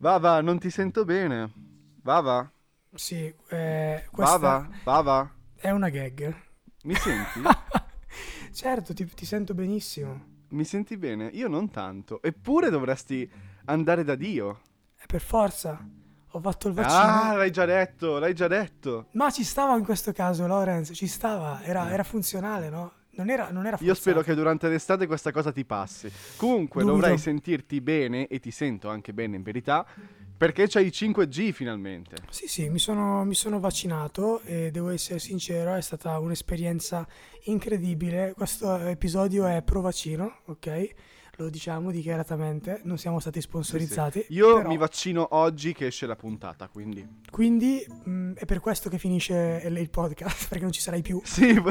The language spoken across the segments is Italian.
Vava, non ti sento bene. Vava, Sì, eh, questa Vava, Vava, è una gag. mi senti? Certo, ti, ti sento benissimo. mi senti bene? Io non tanto. Eppure dovresti andare da Dio. È per forza. Ho fatto il Ah, vaccino. l'hai già detto, l'hai già detto. Ma ci stava in questo caso, Lorenz, ci stava. Era, era funzionale, no? Non era, non era Eh. Io spero forzato. che durante l'estate questa cosa ti passi. Comunque Dubito. dovrai sentirti bene, e ti sento anche bene in verità, perché c'hai i 5G finalmente. Sì, sì, mi sono, mi sono vaccinato e devo essere sincero, è stata un'esperienza incredibile. Questo episodio è pro vaccino, ok? Lo diciamo dichiaratamente, non siamo stati sponsorizzati. Io Eh, però- mi vaccino oggi che esce la puntata, quindi... Quindi mh, è per questo che finisce il il podcast, perché non ci sarai più. Sì,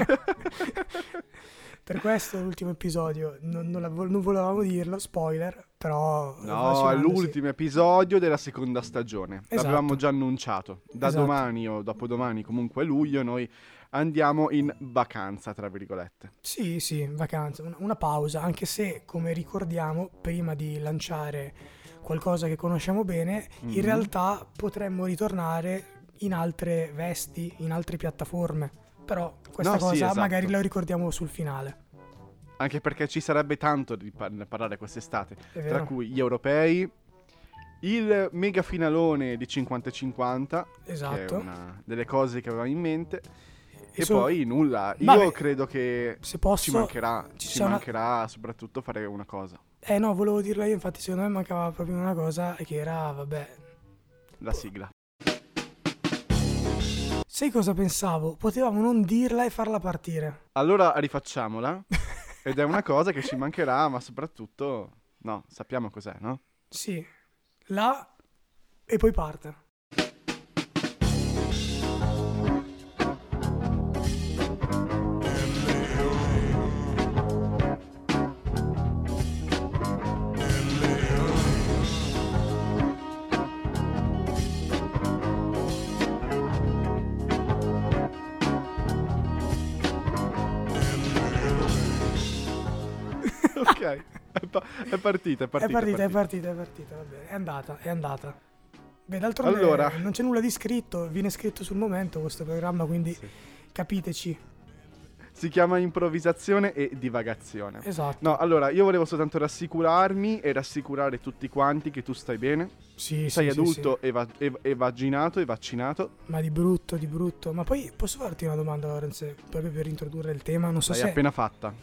Per questo è l'ultimo episodio, non, non la vo- non volevamo dirlo, spoiler, però... No, è vaccinandosi- l'ultimo episodio della seconda stagione. Esatto. L'avevamo già annunciato. Da Esatto. domani o dopodomani, comunque a luglio, noi andiamo in vacanza, tra virgolette. Sì, sì, vacanza, un- una pausa, anche se come ricordiamo, prima di lanciare qualcosa che conosciamo bene, in Mhm. realtà potremmo ritornare in altre vesti, in altre piattaforme. Però questa No, sì, cosa esatto. magari la ricordiamo sul finale. Anche perché ci sarebbe tanto di par- da parlare quest'estate. È Tra vero? cui gli europei, il mega finalone di 50-50, che è Esatto. una delle cose che avevamo in mente. E, so- poi nulla. Io Vabbè, credo che Se ci posso... mancherà. ci Ci, sono- mancherà soprattutto fare una cosa. Eh no, volevo dirla io, infatti secondo me mancava proprio una cosa che era, vabbè, La sigla. Sai cosa pensavo? Potevamo non dirla e farla partire. Allora rifacciamola. Ed è una cosa che ci mancherà, ma soprattutto, no, sappiamo cos'è, no? Sì, la e poi parte. ok, è, pa- è partita, è partita. È partita, è partita, è partita, va bene. È andata, è andata. Beh, d'altronde Allora. non c'è nulla di scritto, viene scritto sul momento questo programma, quindi Sì. capiteci. Si chiama improvvisazione e divagazione. Esatto. No, allora, io volevo soltanto rassicurarmi e rassicurare tutti quanti che tu stai bene. Sei Sì, sì, sì, adulto e, va- e- e vaginato e vaccinato. sì. Ma di brutto, di brutto. Ma poi posso farti una domanda, Lorenz? Proprio per introdurre il tema, non so L'hai se... appena fatta.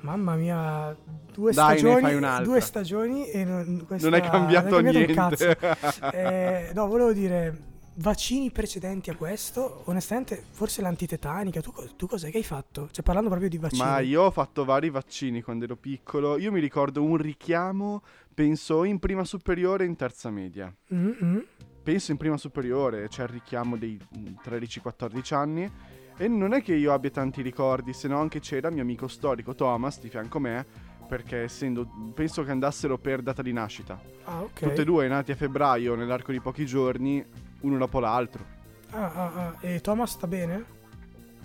Mamma mia, due Dai, ne stagioni, fai un'altra. due stagioni e non, questa- non hai cambiato, non hai cambiato un niente. cazzo. Eh, no, volevo dire, vaccini precedenti a questo, onestamente, forse l'antitetanica, tu, co- tu cos'è che hai fatto? Cioè, parlando proprio di vaccini. Ma io ho fatto vari vaccini quando ero piccolo. Io mi ricordo un richiamo, penso, in prima superiore e in terza media. Mm, mm. penso in prima superiore, c'è il richiamo dei mm, 13-14 anni. E non è che io abbia tanti ricordi, se no anche c'era mio amico storico Thomas di fianco a me, perché essendo, penso che andassero per data di nascita. Ah, ok. Tutte e due nati a febbraio nell'arco di pochi giorni, uno dopo l'altro. Ah, ah, ah. E Thomas sta bene?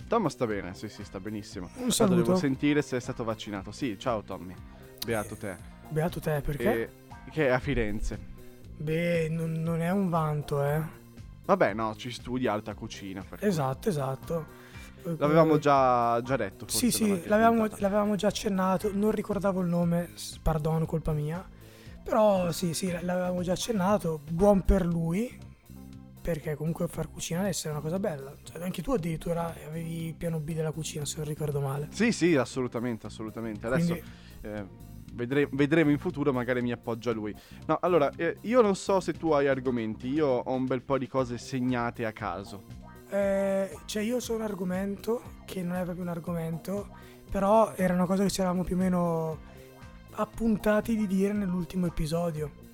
Thomas sta bene, sì sì, sta benissimo. Un Tanto Eh, saluto. Ah, devo sentire se è stato vaccinato. Sì, ciao Tommy, beato te. Beato te, perché? E- che è a Firenze. Beh, non, non è un vanto, eh. Vabbè no, ci studia alta cucina. per cui- Esatto, esatto. L'avevamo già, già detto. Forse, Sì, sì, davanti alla l'avevamo, puntata. l'avevamo già accennato, non ricordavo il nome, s- perdono, colpa mia. Però sì, sì, l'avevamo già accennato, buon per lui, perché comunque far cucinare essere una cosa bella. Cioè, anche tu addirittura avevi il piano B della cucina, se non ricordo male. Sì, sì, assolutamente, assolutamente. Adesso Quindi, eh, vedre- vedremo in futuro, magari mi appoggia lui. No, allora, eh, io non so se tu hai argomenti, io ho un bel po' di cose segnate a caso. eh, cioè io so un argomento, che non è proprio un argomento, però era una cosa che ci eravamo più o meno appuntati di dire nell'ultimo episodio.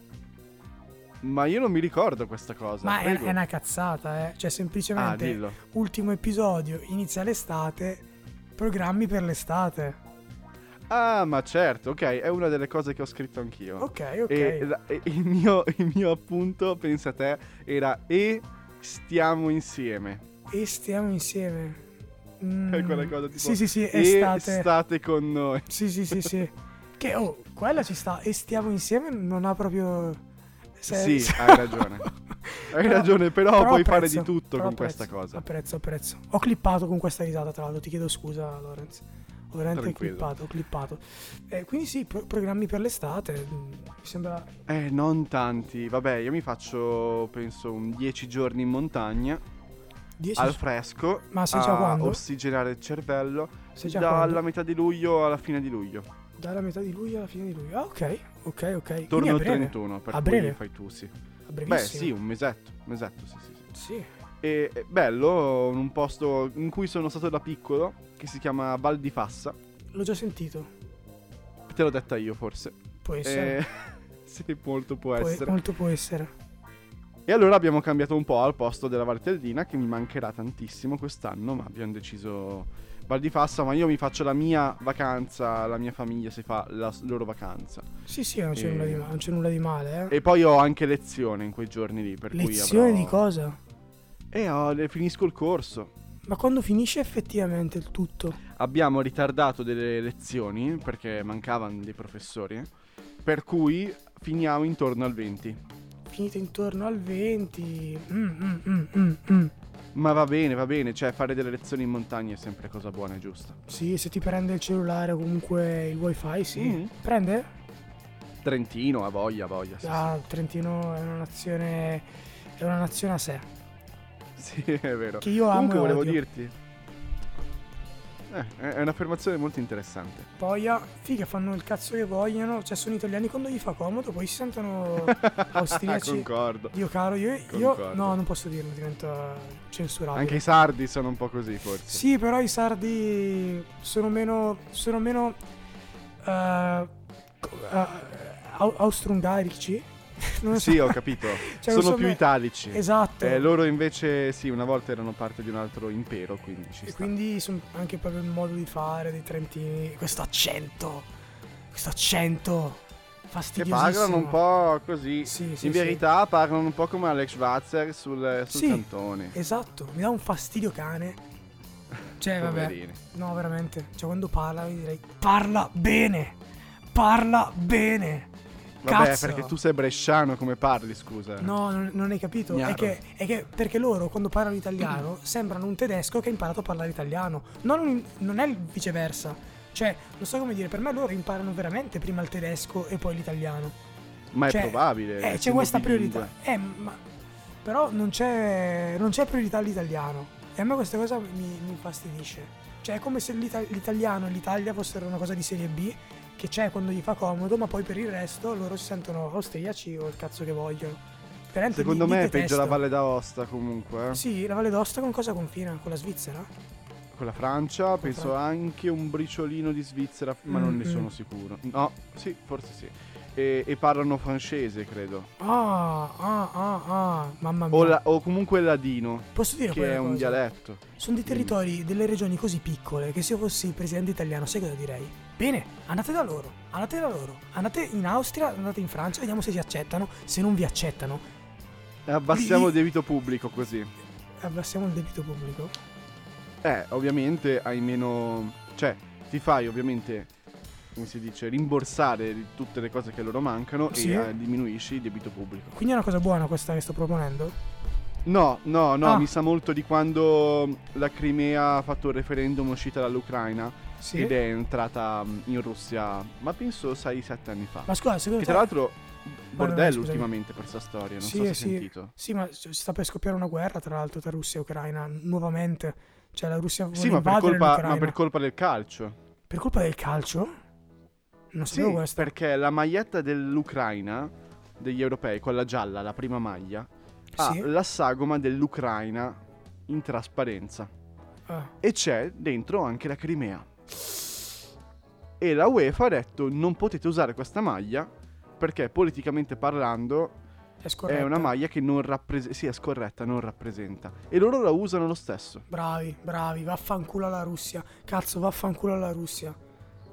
Ma io non mi ricordo questa cosa. Ma è, prego. è una cazzata, eh. Cioè, Ah, semplicemente... dillo. ultimo episodio, inizia l'estate, programmi per l'estate. Ah, ma certo, ok, è una delle cose che ho scritto anch'io. Ok, ok. E, la- e il, mio, il mio appunto, pensa a te, era e stiamo insieme. E stiamo insieme. Mm, È quella cosa tipo, Sì, sì, sì, e estate. state con noi. sì, sì, sì, sì. Che oh, quella ci sta. E stiamo insieme non ha proprio... se- Sì, hai ragione. Hai Però- ragione, però, però puoi fare apprezzo, di tutto però con apprezzo, questa cosa. Apprezzo, apprezzo. Ho clippato con questa risata, tra l'altro, ti chiedo scusa, Lorenz. Ho veramente Tranquillo. clippato, ho clippato. Eh, quindi sì, pro- programmi per l'estate, mm, mi sembra... Eh, non tanti. Vabbè, io mi faccio, penso, un 10 giorni in montagna, 10 al fresco, Ma sei già a quando? ossigenare il cervello, Sei già dalla quando? metà di luglio alla fine di luglio. Dalla metà di luglio alla fine di luglio. Ah, ok, ok, ok. Quindi Torno a il breve, 31, per A cui breve? fai tu, sì. a Beh, brevissimo. sì, un mesetto, un mesetto, sì, sì, sì. Sì. E è bello, in un posto in cui sono stato da piccolo, che si chiama Val di Fassa. L'ho già sentito. Te l'ho detta io, forse. Può essere. Eh, sì, molto può Può- essere. molto può essere. E allora abbiamo cambiato un po' al posto della Valtellina che mi mancherà tantissimo quest'anno, ma abbiamo deciso Val di Fassa, ma io mi faccio la mia vacanza, la mia famiglia si fa la s- loro vacanza. Sì, sì, non c'è, Eh, nulla, di ma- non c'è nulla di male. Eh. E poi ho anche lezione in quei giorni lì, per Lezione cui avrò... di cosa? E ho- le- finisco il corso. Ma quando finisce effettivamente il tutto? Abbiamo ritardato delle lezioni perché mancavano dei professori, per cui finiamo intorno al 20. Finite intorno al 20. Mm, mm, mm, mm, mm. Ma va bene, va bene, cioè fare delle lezioni in montagna è sempre cosa buona e giusta. Sì, se ti prende il cellulare o comunque il wifi, sì. Mm. Prende? Trentino, a voglia, a voglia. sì, Ah, Trentino è una nazione. È una nazione a sé. Sì, è vero. Che io amo. Comunque e volevo odio. dirti. Eh, è un'affermazione molto interessante. Poi, ah, figa, fanno il cazzo che vogliono. Cioè, sono italiani quando gli fa comodo, poi si sentono austriaci. Concordo. Dio caro, io, io. Concordo. No, non posso dirlo, diventa censurato. Anche i sardi sono un po' così, forse. Sì, però i sardi sono meno. sono meno. eh, co- eh, au- austro-ungarici. Non so. Sì, ho capito. Cioè, sono non so più me- italici. Esatto. Eh, loro invece, sì, una volta erano parte di un altro impero, quindi ci e sta. quindi sono anche proprio il modo di fare dei trentini. Questo accento. Questo accento. Che Fastidiosissimo. parlano un po' così. Sì, sì, In sì. verità parlano un po' come Alex Schwarzer sul, sul Sì. cantone. Esatto, mi dà un fastidio cane. Cioè, vabbè. Poverini. No, veramente. Cioè, quando parla, io direi parla bene. Parla bene. Vabbè, Cazzo. perché tu sei bresciano come parli, scusa. No, non, non hai capito. È Gnaro. che, è che- perché loro quando parlano italiano Mm. sembrano un tedesco che ha imparato a parlare italiano. Non, un- non è il viceversa. Cioè, non so come dire, per me loro imparano veramente prima il tedesco e poi l'italiano. Ma Cioè, è probabile. Eh, c'è essendo questa bilingue. priorità. Eh, ma, però non c'è, non c'è priorità all'italiano. E a me questa cosa mi, mi infastidisce. Cioè, è come se l'ita- l'italiano e l'Italia fossero una cosa di serie B che c'è quando gli fa comodo, ma poi per il resto loro si sentono austriaci o il cazzo che vogliono. Veramente li- Secondo li me è detesto. peggio la Valle d'Aosta comunque. eh. Sì, la Valle d'Aosta con cosa confina? Con la Svizzera? Con la Francia, penso Francia. anche un briciolino di Svizzera, ma Mm, non ne mm. sono sicuro. No, sì, forse sì. E, e parlano francese, credo. Ah, ah, ah, ah, mamma mia. O, la- o comunque ladino, Posso dire poi che è una un cosa? dialetto. Sono dei territori, delle regioni così piccole che se io fossi il presidente italiano, sai cosa direi? Bene, andate da loro, andate da loro, andate in Austria, andate in Francia, vediamo se vi accettano, se non vi accettano, Eh, Abbassiamo Lì- il debito pubblico così. abbassiamo il debito pubblico. Eh, ovviamente hai meno... Cioè, ti fai ovviamente, come si dice, rimborsare di tutte le cose che loro mancano Sì. e eh, diminuisci il debito pubblico. Quindi è una cosa buona questa che sto proponendo? No, no, no, Ah. mi sa molto di quando la Crimea ha fatto il referendum uscita dall'Ucraina Sì. ed è entrata mm, in Russia, ma penso 6-7 anni fa. Ma scusa, secondo che te... tra l'altro bordello scusami. ultimamente per sta storia, non Sì, so se hai sì. sentito. Sì, ma si sta per scoppiare una guerra, tra l'altro, tra Russia e Ucraina, nuovamente. Cioè la Russia vuole Sì, ma per, invadere colpa, l'Ucraina. ma per colpa del calcio. Per colpa del calcio? Non Sì, sapevo questo. perché la maglietta dell'Ucraina, degli europei, quella gialla, la prima maglia, ha Sì. la sagoma dell'Ucraina in trasparenza. Ah. e c'è dentro anche la Crimea. E la UEFA ha detto non potete usare questa maglia perché politicamente parlando È scorretto. è una maglia che non rappresenta, sì è scorretta, non rappresenta. E loro la usano lo stesso. Bravi, bravi, vaffanculo alla Russia. Cazzo, vaffanculo alla Russia. No,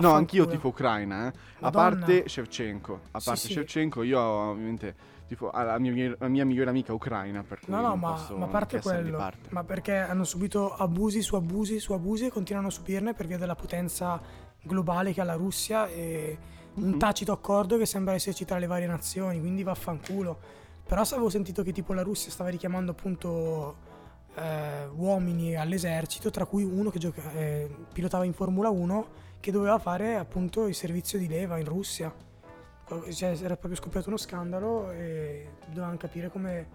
Vaffanculo. anch'io tifo Ucraina, eh. a Madonna. parte Shevchenko. A Sì, parte sì. Shevchenko io ovviamente tifo alla mia, migliore- la mia migliore amica ucraina per cui No, no, non ma, posso ma a che parte essere di quello. parte. Ma perché hanno subito abusi su abusi su abusi e continuano a subirne per via della potenza globale che ha la Russia e Mhm. un tacito accordo che sembra esserci tra le varie nazioni, quindi vaffanculo. Però se avevo sentito che tipo la Russia stava richiamando appunto eh, uomini all'esercito, tra cui uno che gioca- eh, pilotava in Formula 1 che doveva fare appunto il servizio di leva in Russia. Qual- Cioè, era proprio scoppiato uno scandalo e dovevano capire come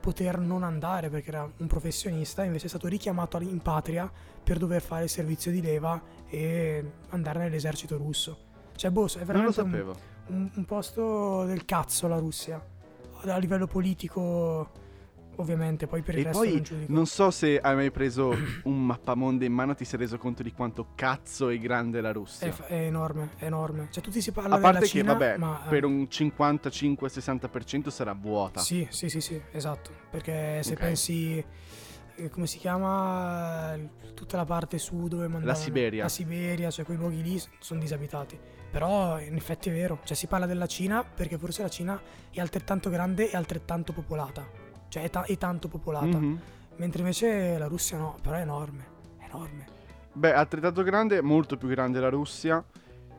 poter non andare perché era un professionista e invece è stato richiamato in patria per dover fare il servizio di leva e andare nell'esercito russo. Cioè, boh, è veramente Non lo un- sapevo. un, un posto del cazzo la Russia a livello politico ovviamente poi per il E resto poi non giudico non so se hai mai preso un mappamondo in mano e ti sei reso conto di quanto cazzo è grande la Russia. è, f- è enorme è enorme cioè tutti si A parlano della parte che, Cina vabbè, ma eh, per un 55-60% sarà vuota. sì sì sì sì esatto perché se Ok. pensi eh, come si chiama eh, tutta la parte sud dove mandavano Siberia. la Siberia cioè quei luoghi lì s- sono disabitati però in effetti è vero cioè si parla della Cina perché forse la Cina è altrettanto grande e altrettanto popolata cioè è, ta- è tanto popolata Mhm. Mentre invece la Russia no, però è enorme, è enorme. Beh, altrettanto grande, molto più grande la Russia.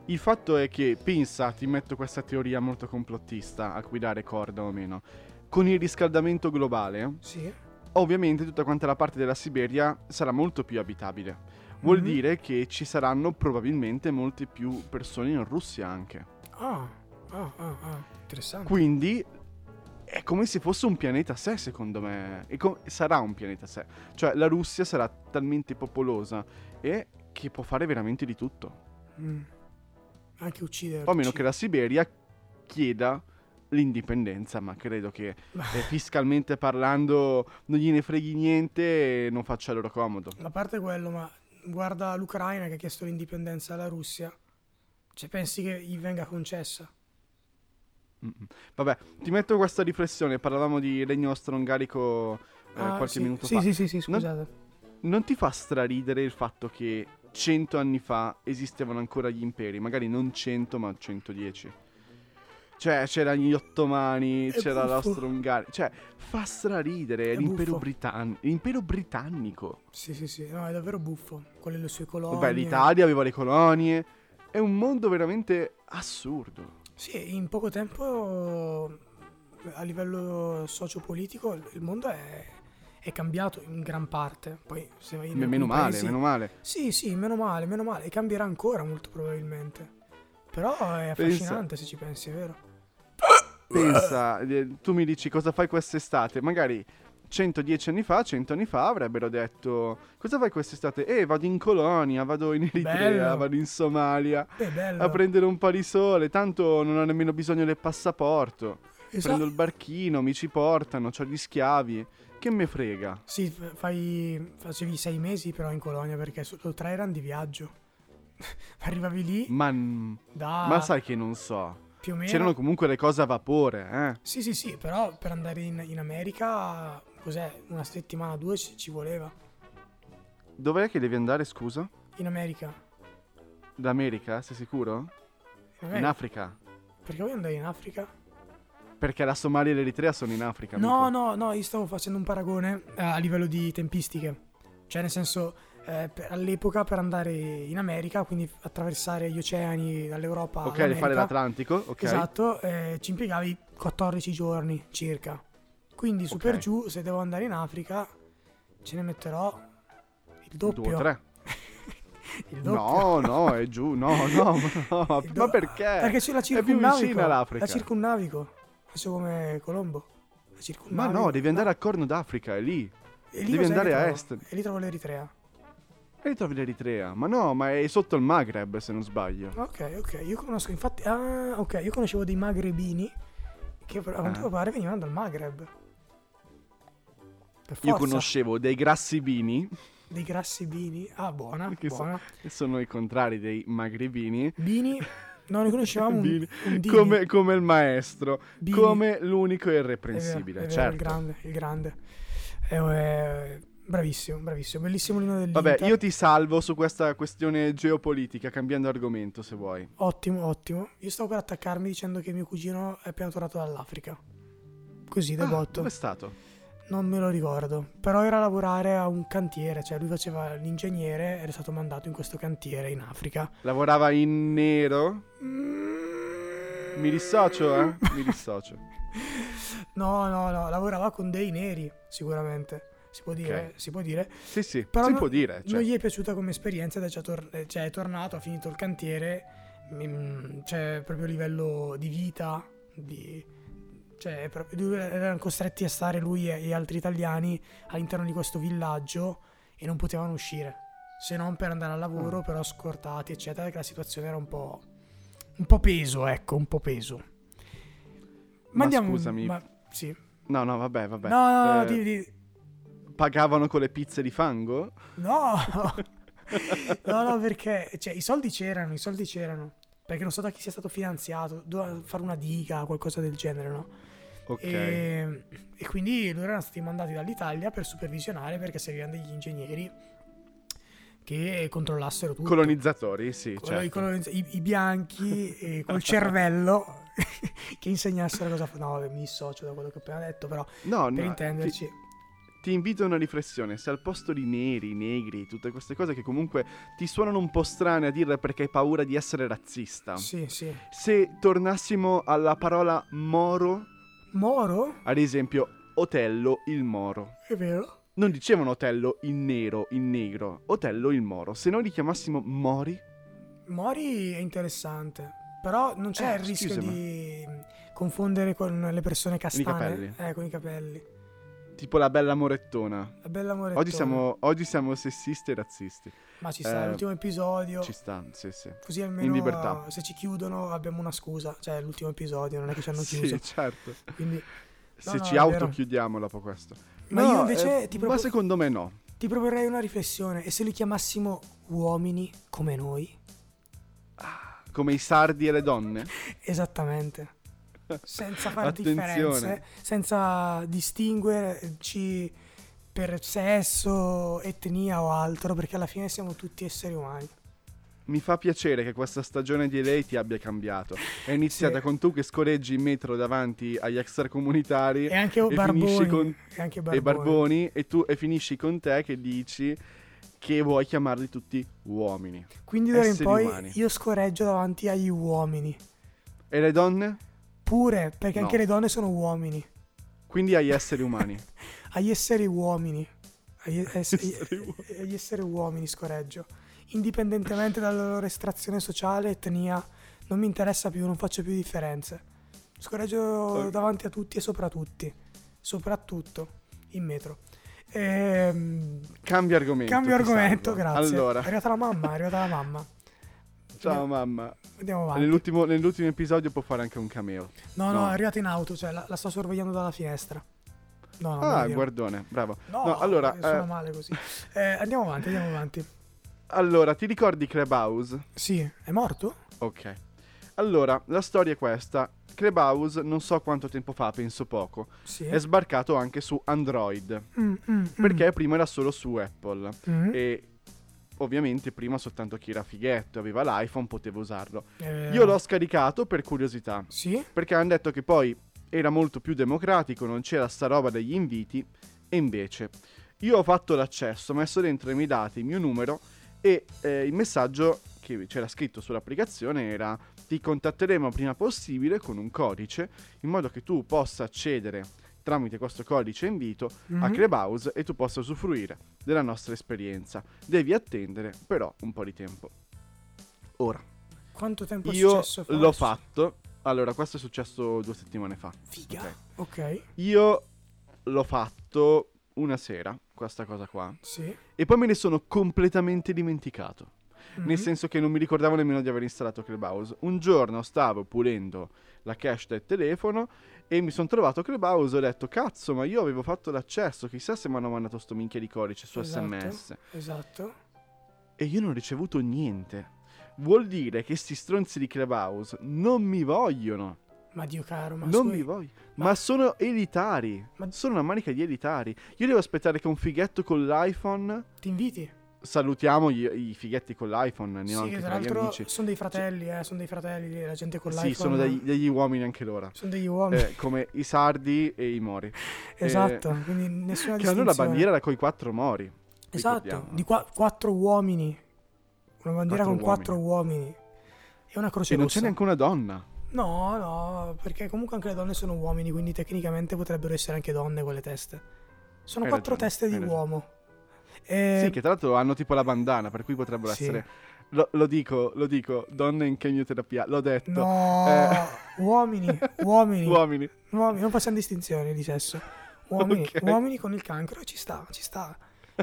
Il fatto è che, pensa, ti metto questa teoria molto complottista, a cui dare corda o meno. Con il riscaldamento globale, Sì. ovviamente tutta quanta la parte della Siberia sarà molto più abitabile. Vuol Mhm. dire che ci saranno probabilmente molte più persone in Russia anche. Ah, ah, ah, ah, interessante. Quindi è come se fosse un pianeta a sé, secondo me. E co- sarà un pianeta a sé. Cioè, la Russia sarà talmente popolosa e che può fare veramente di tutto. Mm. Anche uccidere. O a meno che uccidere. la Siberia chieda l'indipendenza, ma credo che eh, fiscalmente parlando non gliene freghi niente e non faccia loro comodo. A parte quello, ma guarda l'Ucraina che ha chiesto l'indipendenza alla Russia. Cioè, pensi che gli venga concessa? Mm-mm. Vabbè, ti metto questa riflessione. Parlavamo di regno austro-ungarico eh, Ah, qualche sì, minuto sì, fa. Sì, sì, sì, Non- scusate. Non ti fa straridere il fatto che cento anni fa esistevano ancora gli imperi? Magari non 100, ma 110. Cioè, c'erano gli ottomani, È c'era buffo. l'Austro-Ungaria. Cioè, fa straridere È l'impero, buffo. britan- l'impero britannico. Sì, sì, sì, no, è davvero buffo. Con le sue colonie. Vabbè, l'Italia aveva le colonie. È un mondo veramente assurdo. Sì, in poco tempo a livello sociopolitico il mondo è, è cambiato in gran parte. Poi se vai in M- meno alcuni male, paesi- meno male. Sì, sì, meno male, meno male. E cambierà ancora molto probabilmente. Però Pensa. è affascinante se ci pensi, è vero? Pensa, eh, tu mi dici cosa fai quest'estate? Magari 110 anni fa, 100 anni fa avrebbero detto cosa fai quest'estate? Eh, vado in colonia, vado in Eritrea, Bello. vado in Somalia Beh, È bello. a prendere un po' di sole, tanto non ho nemmeno bisogno del passaporto. Esa- Prendo il barchino, mi ci portano, c'ho gli schiavi. Che me frega? Sì, f- fai... facevi sei mesi però in colonia perché solo tre erano di viaggio. Arrivavi lì Ma, ma da sai che non so. più o Ah. meno... C'erano comunque le cose a vapore, eh. Sì, sì, sì, però per andare in, in America, cos'è? Una settimana, due ci, ci voleva. Dov'è che devi andare, scusa? In America. In D'America, sei sicuro? America. In Africa. Perché vuoi andare in Africa? Perché la Somalia e l'Eritrea sono in Africa. amico. No, no, no, io stavo facendo un paragone eh, a livello di tempistiche. Cioè, nel senso, eh, per- all'epoca per andare in America, quindi attraversare gli oceani dall'Europa Ok, all'America, fare l'Atlantico, ok. Esatto, eh, ci impiegavi 14 giorni circa. Quindi su Ok. per giù, se devo andare in Africa, ce ne metterò il doppio. Due o tre. Il No, doppio. no, è giù, no, no, ma, no, ma- Il do- ma perché? Perché c'è la È più circunnavico. vicina all'Africa. La circunnavico. Faccio come Colombo. La ma circunnavico. no, devi andare a Corno d'Africa, è lì. E lì devi cos'è andare che a trovo? est. E lì trovo l'Eritrea. E lì trovi l'Eritrea. Ma no, ma è sotto il Maghreb, se non sbaglio. Ok, ok. Io conosco, infatti, ah, ok. Io conoscevo dei magrebini che per- a quanto Ah. pare venivano dal Maghreb. Per forza. Io conoscevo dei grassibini, Dei grassi bini. Ah, buona. Che so- buona. che sono i contrari dei magrebini, Bini. Non ne conoscevamo un, Bini. un dini. come, come il maestro, Bini. come l'unico È vero, irreprensibile, è vero, certo. Il grande, il grande. Eh, eh, bravissimo, bravissimo. Bellissimo l'inno dell'Inter. Vabbè, io ti salvo su questa questione geopolitica, cambiando argomento se vuoi. Ottimo, ottimo. Io stavo per attaccarmi dicendo che mio cugino è appena tornato dall'Africa. Così, da Ah, botto. dove è stato? Non me lo ricordo. Però era a lavorare a un cantiere, cioè lui faceva l'ingegnere ed è stato mandato in questo cantiere in Africa. Lavorava in nero? Mm, Mi dissocio, eh? Mi dissocio. No, no, no, lavorava con dei neri, sicuramente. Si può dire, Ok. Eh, si può dire. Sì, sì, Però si no- può dire. Cioè. Non gli è piaciuta come esperienza, ed è già tor- eh, cioè è tornato, ha finito il cantiere, mm, cioè proprio a livello di vita, di- cioè è proprio- lui- erano costretti a stare lui e, e altri italiani all'interno di questo villaggio e non potevano uscire, se non per andare al Mm. lavoro, però scortati, eccetera, perché la situazione era un po', un po' peso, ecco, un po' peso. Ma scusami. ma- sì. No, no, vabbè, vabbè. no, no, no, Eh, di- di- Pagavano con le pizze di fango? No, no, no, perché cioè, i soldi c'erano, i soldi c'erano. Perché non so da chi sia stato finanziato, doveva fare una diga, qualcosa del genere, no? Ok. E, e quindi loro erano stati mandati dall'Italia per supervisionare perché servivano degli ingegneri che controllassero tutto. Colonizzatori, sì, Quello- certo. i, colonizz- i- i bianchi eh, col cervello che insegnassero cosa fare. No, mi dissocio da quello che ho appena detto, però No, no, per ti- intenderci. Ti invito a una riflessione, se al posto di neri, negri, tutte queste cose che comunque ti suonano un po' strane a dirle perché hai paura di essere razzista, Sì, sì. se tornassimo alla parola moro, Moro? ad esempio Otello il moro. È vero. Non dicevano Otello il nero, il negro, Otello il moro. Se noi li chiamassimo mori, Mori è interessante, però non c'è Eh, il rischio scusami. di confondere con le persone castane. capelli. eh, con i capelli. tipo la bella morettona. La bella morettona. Oggi siamo, oggi siamo sessisti e razzisti. Ma ci sta, eh, l'ultimo episodio. Ci sta, sì, sì. Così almeno in libertà. eh, se ci chiudono abbiamo una scusa. Cioè, l'ultimo episodio, non è che ci hanno chiuso. Sì, certo. Quindi, Se no, ci è vero. autochiudiamo dopo questo. Ma No, io invece eh, ti, Ma propo- secondo me no. ti proporrei una riflessione. E se li chiamassimo uomini come noi? Come i sardi e le donne? Esattamente. Senza fare Attenzione. differenze, senza distinguerci per sesso, etnia o altro, perché alla fine siamo tutti esseri umani. Mi fa piacere che questa stagione di lei ti abbia cambiato. È iniziata Sì. con tu che scorreggi in metro davanti agli extracomunitari E anche Barboni. finisci con- e anche e barboni e tu e finisci con te che dici che vuoi chiamarli tutti uomini. Quindi d'ora in esseri poi umani. io scorreggio davanti agli uomini. E le donne? Pure, perché No. anche le donne sono uomini. Quindi agli esseri umani. Agli esseri uomini. Agli, es- Esseri uomini. agli esseri uomini scorreggio. Indipendentemente dalla loro estrazione sociale, etnia, non mi interessa più, non faccio più differenze. Scorreggio Ok. davanti a tutti e sopra tutti. Soprattutto in metro. Ehm, Cambia argomento. cambio ti argomento, salvo. grazie. È Allora, arrivata la mamma, è arrivata la mamma. ciao Eh, mamma. Andiamo avanti. Nell'ultimo, nell'ultimo episodio può fare anche un cameo. No, no, no. è arrivata in auto, cioè la, la sto sorvegliando dalla finestra. No, no, Ah, voglio dire. guardone, bravo. No, allora, suona eh, male così. Eh, andiamo avanti, andiamo avanti. allora, ti ricordi Clubhouse? Sì, è morto? Ok. Allora, la storia è questa. Clubhouse, non so quanto tempo fa, penso poco, Sì. è sbarcato anche su Android, Mm, mm, mm. perché Eh, prima era solo su Apple. Mm. E ovviamente prima soltanto chi era fighetto, aveva l'iPhone, poteva usarlo. Eh, Io l'ho scaricato per curiosità, Sì? perché hanno detto che poi era molto più democratico, non c'era sta roba degli inviti, e invece io ho fatto l'accesso, ho messo dentro i miei dati, il mio numero e eh, il messaggio che c'era scritto sull'applicazione era ti contatteremo prima possibile con un codice in modo che tu possa accedere tramite questo codice invito a Mhm. Clubhouse e tu possa usufruire della nostra esperienza. Devi attendere però un po' di tempo. Ora, Quanto tempo è io successo? fa l'ho adesso? fatto. Allora, questo è successo due settimane fa. Figa. Ok. Ok. Io l'ho fatto una sera, questa cosa qua. Sì. E poi me ne sono completamente dimenticato. Mhm. Nel senso che non mi ricordavo nemmeno di aver installato Clubhouse. Un giorno stavo pulendo la cache del telefono e mi sono trovato Clubhouse e ho detto cazzo ma io avevo fatto l'accesso, chissà se mi hanno mandato sto minchia di codice su Esatto. sms. Esatto. E io non ho ricevuto niente. Vuol dire che sti stronzi di Clubhouse non mi vogliono. Ma Dio caro, ma non scusi- mi voglio. ma- Ma, sono elitari. Ma- Sono una manica di elitari. Io devo aspettare che un fighetto con l'iPhone. ti inviti? Salutiamo gli- i fighetti con l'iPhone, ne ho Sì, anche che tra tra gli l'altro amici. sono dei fratelli, eh, sono dei fratelli, la gente con l'iPhone. Sì, sono degli, degli uomini anche loro. sono degli uomini. Eh, come i sardi e i mori. esatto, quindi nessuna Eh, Che hanno la distinzione. bandiera con i quattro mori. Esatto, ricordiamo. di qua- quattro uomini. Una bandiera Quattro con quattro uomini. E una croce E non c'è rossa. neanche una donna. No, no, perché comunque anche le donne sono uomini, quindi tecnicamente potrebbero essere anche donne quelle teste. Sono Hai quattro ragione, teste di hai ragione. uomo. E... Sì, che tra l'altro hanno tipo la bandana, per cui potrebbero Eh. Sì. essere... Lo, lo dico, lo dico, donne in chemioterapia, l'ho detto. No, Eh. uomini, uomini, Uomini. uomini, non facciamo distinzioni di sesso. Uomini, Ok. uomini con il cancro, ci sta, ci sta.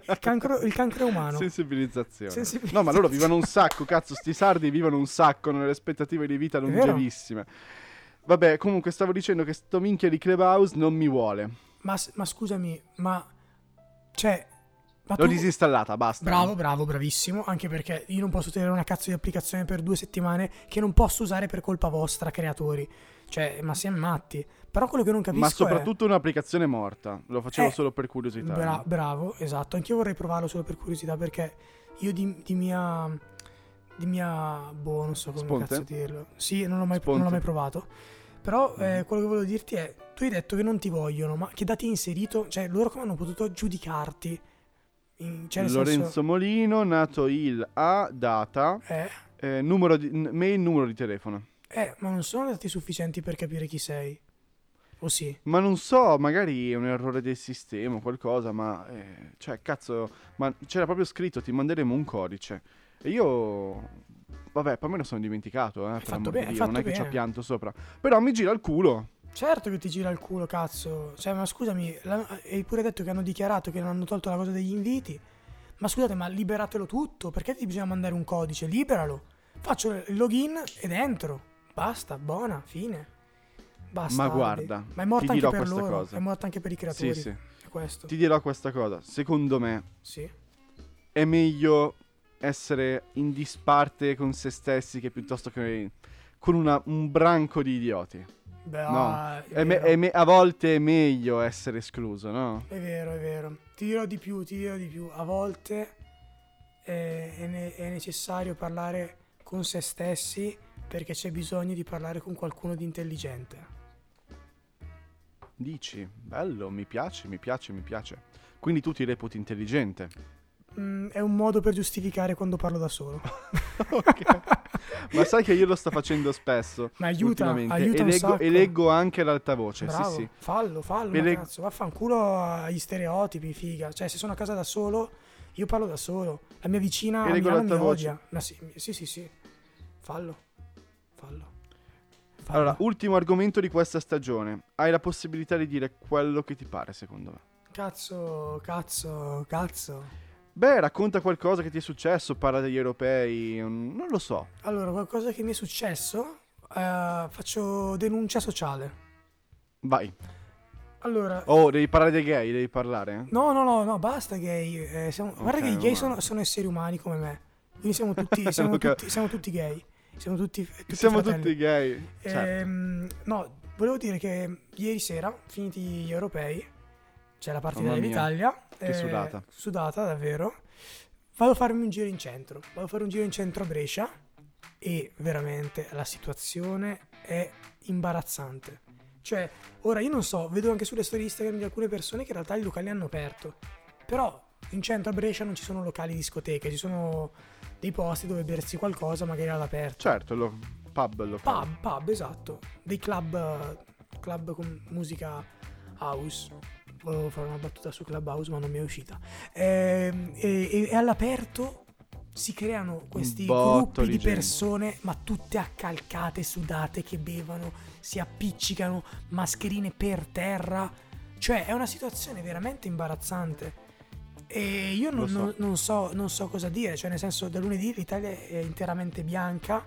Il cancro, il cancro è umano. Sensibilizzazione. Sensibilizzazione. No, ma loro vivono un sacco, cazzo, sti sardi vivono un sacco, hanno delle aspettative di vita vero. longevissime. Vabbè, comunque stavo dicendo che sto minchia di Clubhouse non mi vuole. Ma, s- ma scusami, ma... Cioè... Ma L'ho tu- disinstallata, basta. Bravo, bravo, bravissimo. Anche perché io non posso tenere una cazzo di applicazione per due settimane che non posso usare per colpa vostra, creatori. Cioè, ma siamo matti. Però quello che non capisco Ma è... soprattutto un'applicazione morta. Lo facevo Eh, solo per curiosità. Bra- bravo, esatto. Anch'io vorrei provarlo solo per curiosità perché io di, di mia. di mia. boh, non so come Sponte? cazzo dirlo. Sì, non l'ho mai, Sponte. Mm-hmm. non l'ho mai provato. Però eh, quello che volevo dirti è: tu hai detto che non ti vogliono, ma che dati hai inserito? Cioè, loro come hanno potuto giudicarti? In- cioè, nel Lorenzo senso. Molino, nato il A, data, Eh, eh, numero di, n- mail, numero di telefono. eh, ma non sono dati sufficienti per capire chi sei. O sì? Ma non so, magari è un errore del sistema o qualcosa, ma... eh, cioè, cazzo, ma c'era proprio scritto, ti manderemo un codice. E io... Vabbè, poi me lo sono dimenticato, eh, per fatto amor bene, di hai Dio, non fatto è che ci ho bene. pianto sopra. Però mi gira il culo. Certo che ti gira il culo, cazzo. Cioè, ma scusami, la- hai pure detto che hanno dichiarato che non hanno tolto la cosa degli inviti. Ma scusate, ma liberatelo tutto. Perché ti bisogna mandare un codice? Liberalo. Faccio il login ed entro. Basta, buona, fine. Basta. guarda, Ma è ti morta anche dirò per questa loro. cosa. È morta anche per i creatori. Sì, sì. È questo. Ti dirò questa cosa. Secondo me, Sì. è meglio essere in disparte con se stessi che piuttosto che con una- un branco di idioti. Beh, No, ah, è, È me- vero. è me- a volte è meglio essere escluso, no? È vero, è vero. Ti dirò di più, ti dirò di più. A volte eh, è, ne- è necessario parlare con se stessi perché c'è bisogno di parlare con qualcuno di intelligente. Dici, bello, mi piace, mi piace, mi piace. Quindi tu ti reputi intelligente. Mm, è un modo per giustificare quando parlo da solo. Ok. Ma sai che io lo sto facendo spesso. Ma aiuta, ultimamente, aiuta e, un leggo, sacco. e leggo anche ad alta voce. Bravo, Cioè, Sì, sì. fallo, fallo, Ve ma le- cazzo, vaffanculo agli stereotipi, figa. Cioè, se sono a casa da solo, io parlo da solo. La mia vicina E a regolo Milano mi altavoce. odia. Ma sì, sì, sì, sì. Fallo. Fallo. Fallo. Allora, ultimo argomento di questa stagione. Hai la possibilità di dire quello che ti pare, secondo me. Cazzo, cazzo, cazzo. Beh, racconta qualcosa che ti è successo, parla degli europei, mm, non lo so. Allora, qualcosa che mi è successo, eh, faccio denuncia sociale. Vai. Allora, Oh, devi parlare dei gay, devi parlare. eh. no, no, no, no, basta gay. eh, siamo- guarda che i meno gay male. sono, sono esseri umani come me. Quindi siamo tutti, siamo Ok. tutti, siamo tutti gay. Siamo tutti, tutti Siamo fratelli. tutti gay. Certo. Ehm, no, volevo dire che ieri sera, finiti gli europei, c'è la partita Mamma mia, dell'Italia. eh, che sudata. Sudata, davvero. Vado a farmi un giro in centro. Vado a fare un giro in centro a Brescia e veramente la situazione è imbarazzante. Cioè, ora io non so, vedo anche sulle storie Instagram di alcune persone che in realtà i locali hanno aperto. Però in centro a Brescia non ci sono locali discoteche, ci sono dei posti dove bersi qualcosa magari all'aperto. Certo, lo, pub lo Pub, pub, esatto. Dei club, eh, club con musica house. Volevo fare una battuta su club house, ma non mi è uscita. Ehm, E, e- e all'aperto si creano questi botto gruppi di di gente. persone, ma tutte accalcate, sudate, che bevono, si appiccicano, mascherine per terra. Cioè, è una situazione veramente imbarazzante. E io Lo non so. non- non so, non so cosa dire, cioè nel senso da lunedì l'Italia è interamente bianca,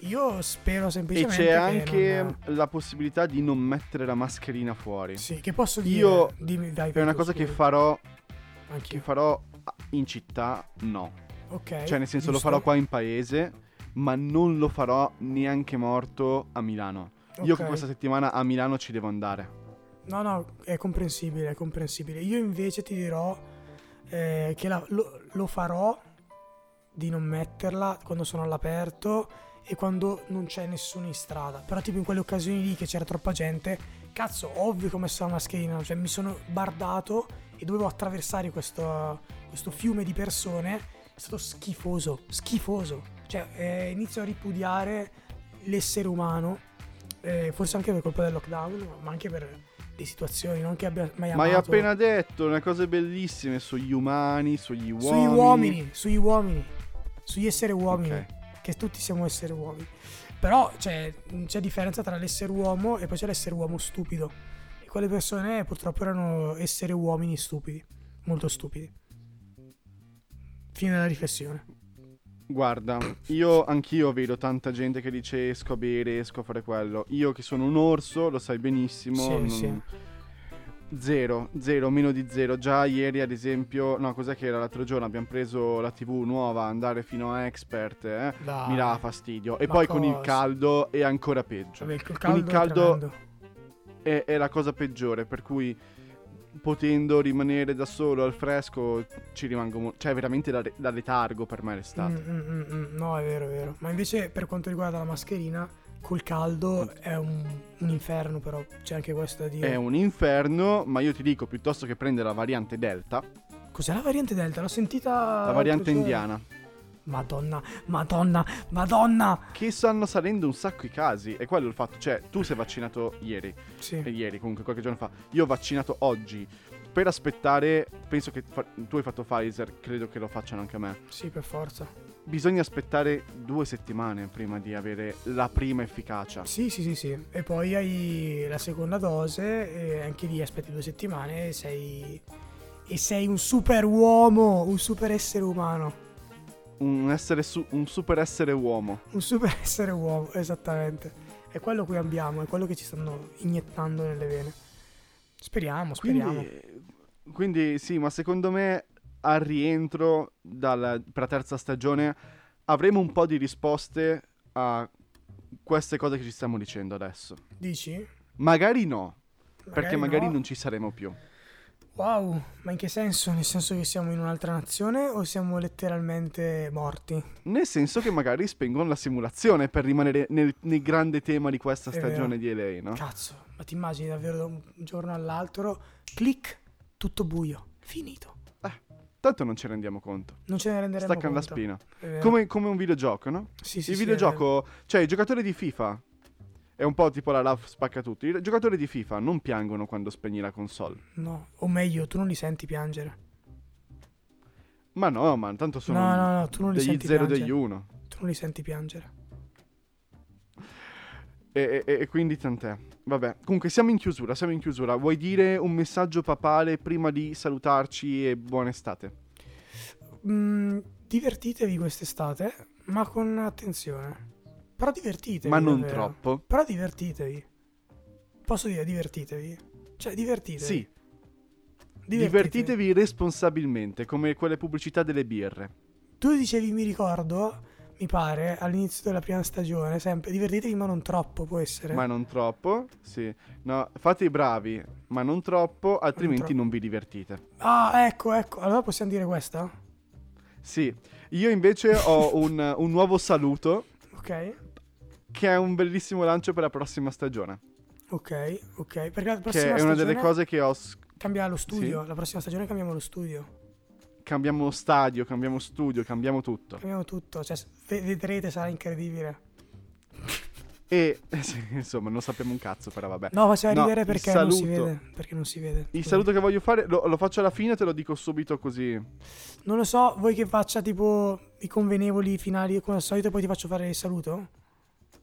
io spero E semplicemente. c'è che anche non- la possibilità di non mettere la mascherina fuori. Sì, che posso dire? Io- Dimmi, dai, È una tu, cosa che scusa. farò, che Anch'io. farò in città, no. Ok. Cioè, nel senso, lo giusto. farò qua in paese, ma non lo farò neanche morto a Milano. Io Ok. che questa settimana a Milano ci devo andare. No, no, è comprensibile, è comprensibile. Io invece ti dirò eh, che la- lo, lo farò di non metterla quando sono all'aperto e quando non c'è nessuno in strada. Però tipo in quelle occasioni lì che c'era troppa gente, cazzo, ovvio che ho messo la mascherina, cioè mi sono bardato e dovevo attraversare questo, questo fiume di persone. È stato schifoso, schifoso. Cioè eh, inizio a ripudiare l'essere umano, eh, forse anche per colpa del lockdown, ma anche per le situazioni, non che abbia mai Ma hai amato. appena detto una cose bellissime sugli umani, sugli uomini. Sugli uomini, sugli uomini, sugli esseri uomini, Ok. che tutti siamo esseri uomini. Però c'è, c'è differenza tra l'essere uomo e poi c'è l'essere uomo stupido. E quelle persone purtroppo erano esseri uomini stupidi, molto stupidi. Fine della riflessione. Guarda, io anch'io vedo tanta gente che dice esco a bere, esco a fare quello. Io che sono un orso, lo sai benissimo. Sì, non- sì. Zero, zero, meno di zero. Già ieri, ad esempio, no, cos'è che era l'altro giorno? Abbiamo preso la TV nuova, andare fino a expert, eh? Dai. Mi dà fastidio. E Ma poi con il Ah. cosa? caldo è ancora peggio. Vabbè, col Con il caldo, è caldo- tremendo. è, è la cosa peggiore, per cui potendo rimanere da solo al fresco ci rimango molto... Cioè, veramente da, re- da letargo per me l'estate. Mm, mm, mm, mm. No, è vero, è vero. Ma invece per quanto riguarda la mascherina, col caldo è un, un inferno, però c'è anche questo da dire. Mm. È un inferno, ma io ti dico, piuttosto che prendere la variante Delta, Cos'è la variante Delta? L'ho sentita. la l'altro variante giorno. indiana, Madonna, madonna, madonna. che stanno salendo un sacco i casi, è quello il fatto, cioè tu sei vaccinato ieri, e Sì, ieri comunque qualche giorno fa, io ho vaccinato oggi, per aspettare, penso che fa- tu hai fatto Pfizer, credo che lo facciano anche a me, sì, per forza. bisogna aspettare due settimane prima di avere la prima efficacia. Sì, sì, sì, sì. E poi hai la seconda dose, e anche lì aspetti due settimane e sei. E sei un super uomo, un super essere umano. un, essere su- un super essere uomo. Un super essere uomo, esattamente. È quello che abbiamo, è quello che ci stanno iniettando nelle vene. Speriamo, speriamo. Quindi, quindi sì, ma secondo me al rientro dalla, per la terza stagione avremo un po' di risposte a queste cose che ci stiamo dicendo adesso. Dici? Magari no, perché no. magari non ci saremo più. Wow, ma in che senso? Nel senso che siamo in un'altra nazione o siamo letteralmente morti? Nel senso che magari spengono la simulazione per rimanere nel, nel grande tema di questa È vero. stagione di LA, no? Cazzo, ma ti immagini davvero da un giorno all'altro, clic, tutto buio, finito. Tanto non ci rendiamo conto. Non ce ne renderemo Staccano la conto. spina. È vero. Come, come un videogioco, no? Sì, sì, il sì, è videogioco, cioè il giocatore di FIFA è un po' tipo la LAF spacca tutti. I giocatori di FIFA non piangono quando spegni la console. vero. eh, No, o meglio, tu non li senti piangere. Ma no, ma tanto sono no, no, no, tu non li degli senti 0 e piangere. degli 1. Tu non li senti piangere. E, e- e quindi tant'è. Vabbè, comunque siamo in chiusura, siamo in chiusura. Vuoi dire un messaggio papale prima di salutarci e buona estate? Mm, divertitevi quest'estate, ma con attenzione. Però divertitevi. ma non davvero. troppo. Però divertitevi. Posso dire divertitevi? Cioè, divertitevi. Sì, divertitevi. divertitevi responsabilmente, come quelle pubblicità delle birre. Tu dicevi, mi ricordo, mi pare, all'inizio della prima stagione, sempre, divertitevi ma non troppo, può essere. Ma non troppo, sì. No, fate i bravi, ma non troppo, altrimenti troppo. non vi divertite. Ah, ecco, ecco, allora possiamo dire questa? Sì, io invece ho un, un nuovo saluto Ok, che è un bellissimo lancio per la prossima stagione. ok, ok, perché la che è prossima una stagione delle cose che ho... s- cambia lo studio, la prossima stagione cambiamo lo studio, Cambiamo stadio, cambiamo studio, cambiamo tutto. cambiamo tutto, cioè, ve- vedrete, sarà incredibile. E sì, insomma, non sappiamo un cazzo, però vabbè. No, faceva No, ridere il perché non si saluto. vede, perché non si vede. Il Scusa. saluto che voglio fare lo, lo faccio alla fine, te lo dico subito così. Non lo so, vuoi che faccia tipo i convenevoli finali come al solito e poi ti faccio fare il saluto?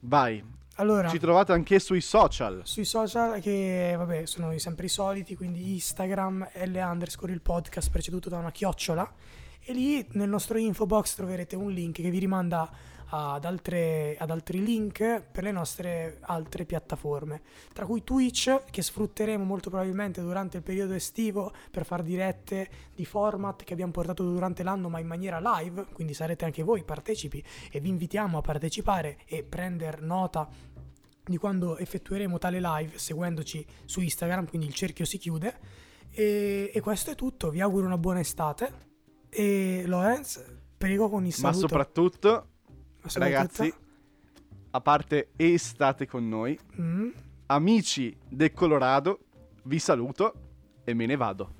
Vai. Allora... Ci trovate anche sui social. sui social che vabbè sono i- sempre i soliti quindi Instagram L underscore il podcast preceduto da una chiocciola e lì nel nostro info box troverete un link che vi rimanda ad, altre- ad altri link per le nostre altre piattaforme tra cui Twitch che sfrutteremo molto probabilmente durante il periodo estivo per far dirette di format che abbiamo portato durante l'anno ma in maniera live quindi sarete anche voi partecipi e vi invitiamo a partecipare e prendere nota di quando effettueremo tale live seguendoci su Instagram, quindi il cerchio si chiude. E, e questo è tutto, vi auguro una buona estate e Lorenz, prego con il Ma saluto. soprattutto, Ma ragazzi, a parte estate con noi, Mm. amici del Colorado, vi saluto e me ne vado.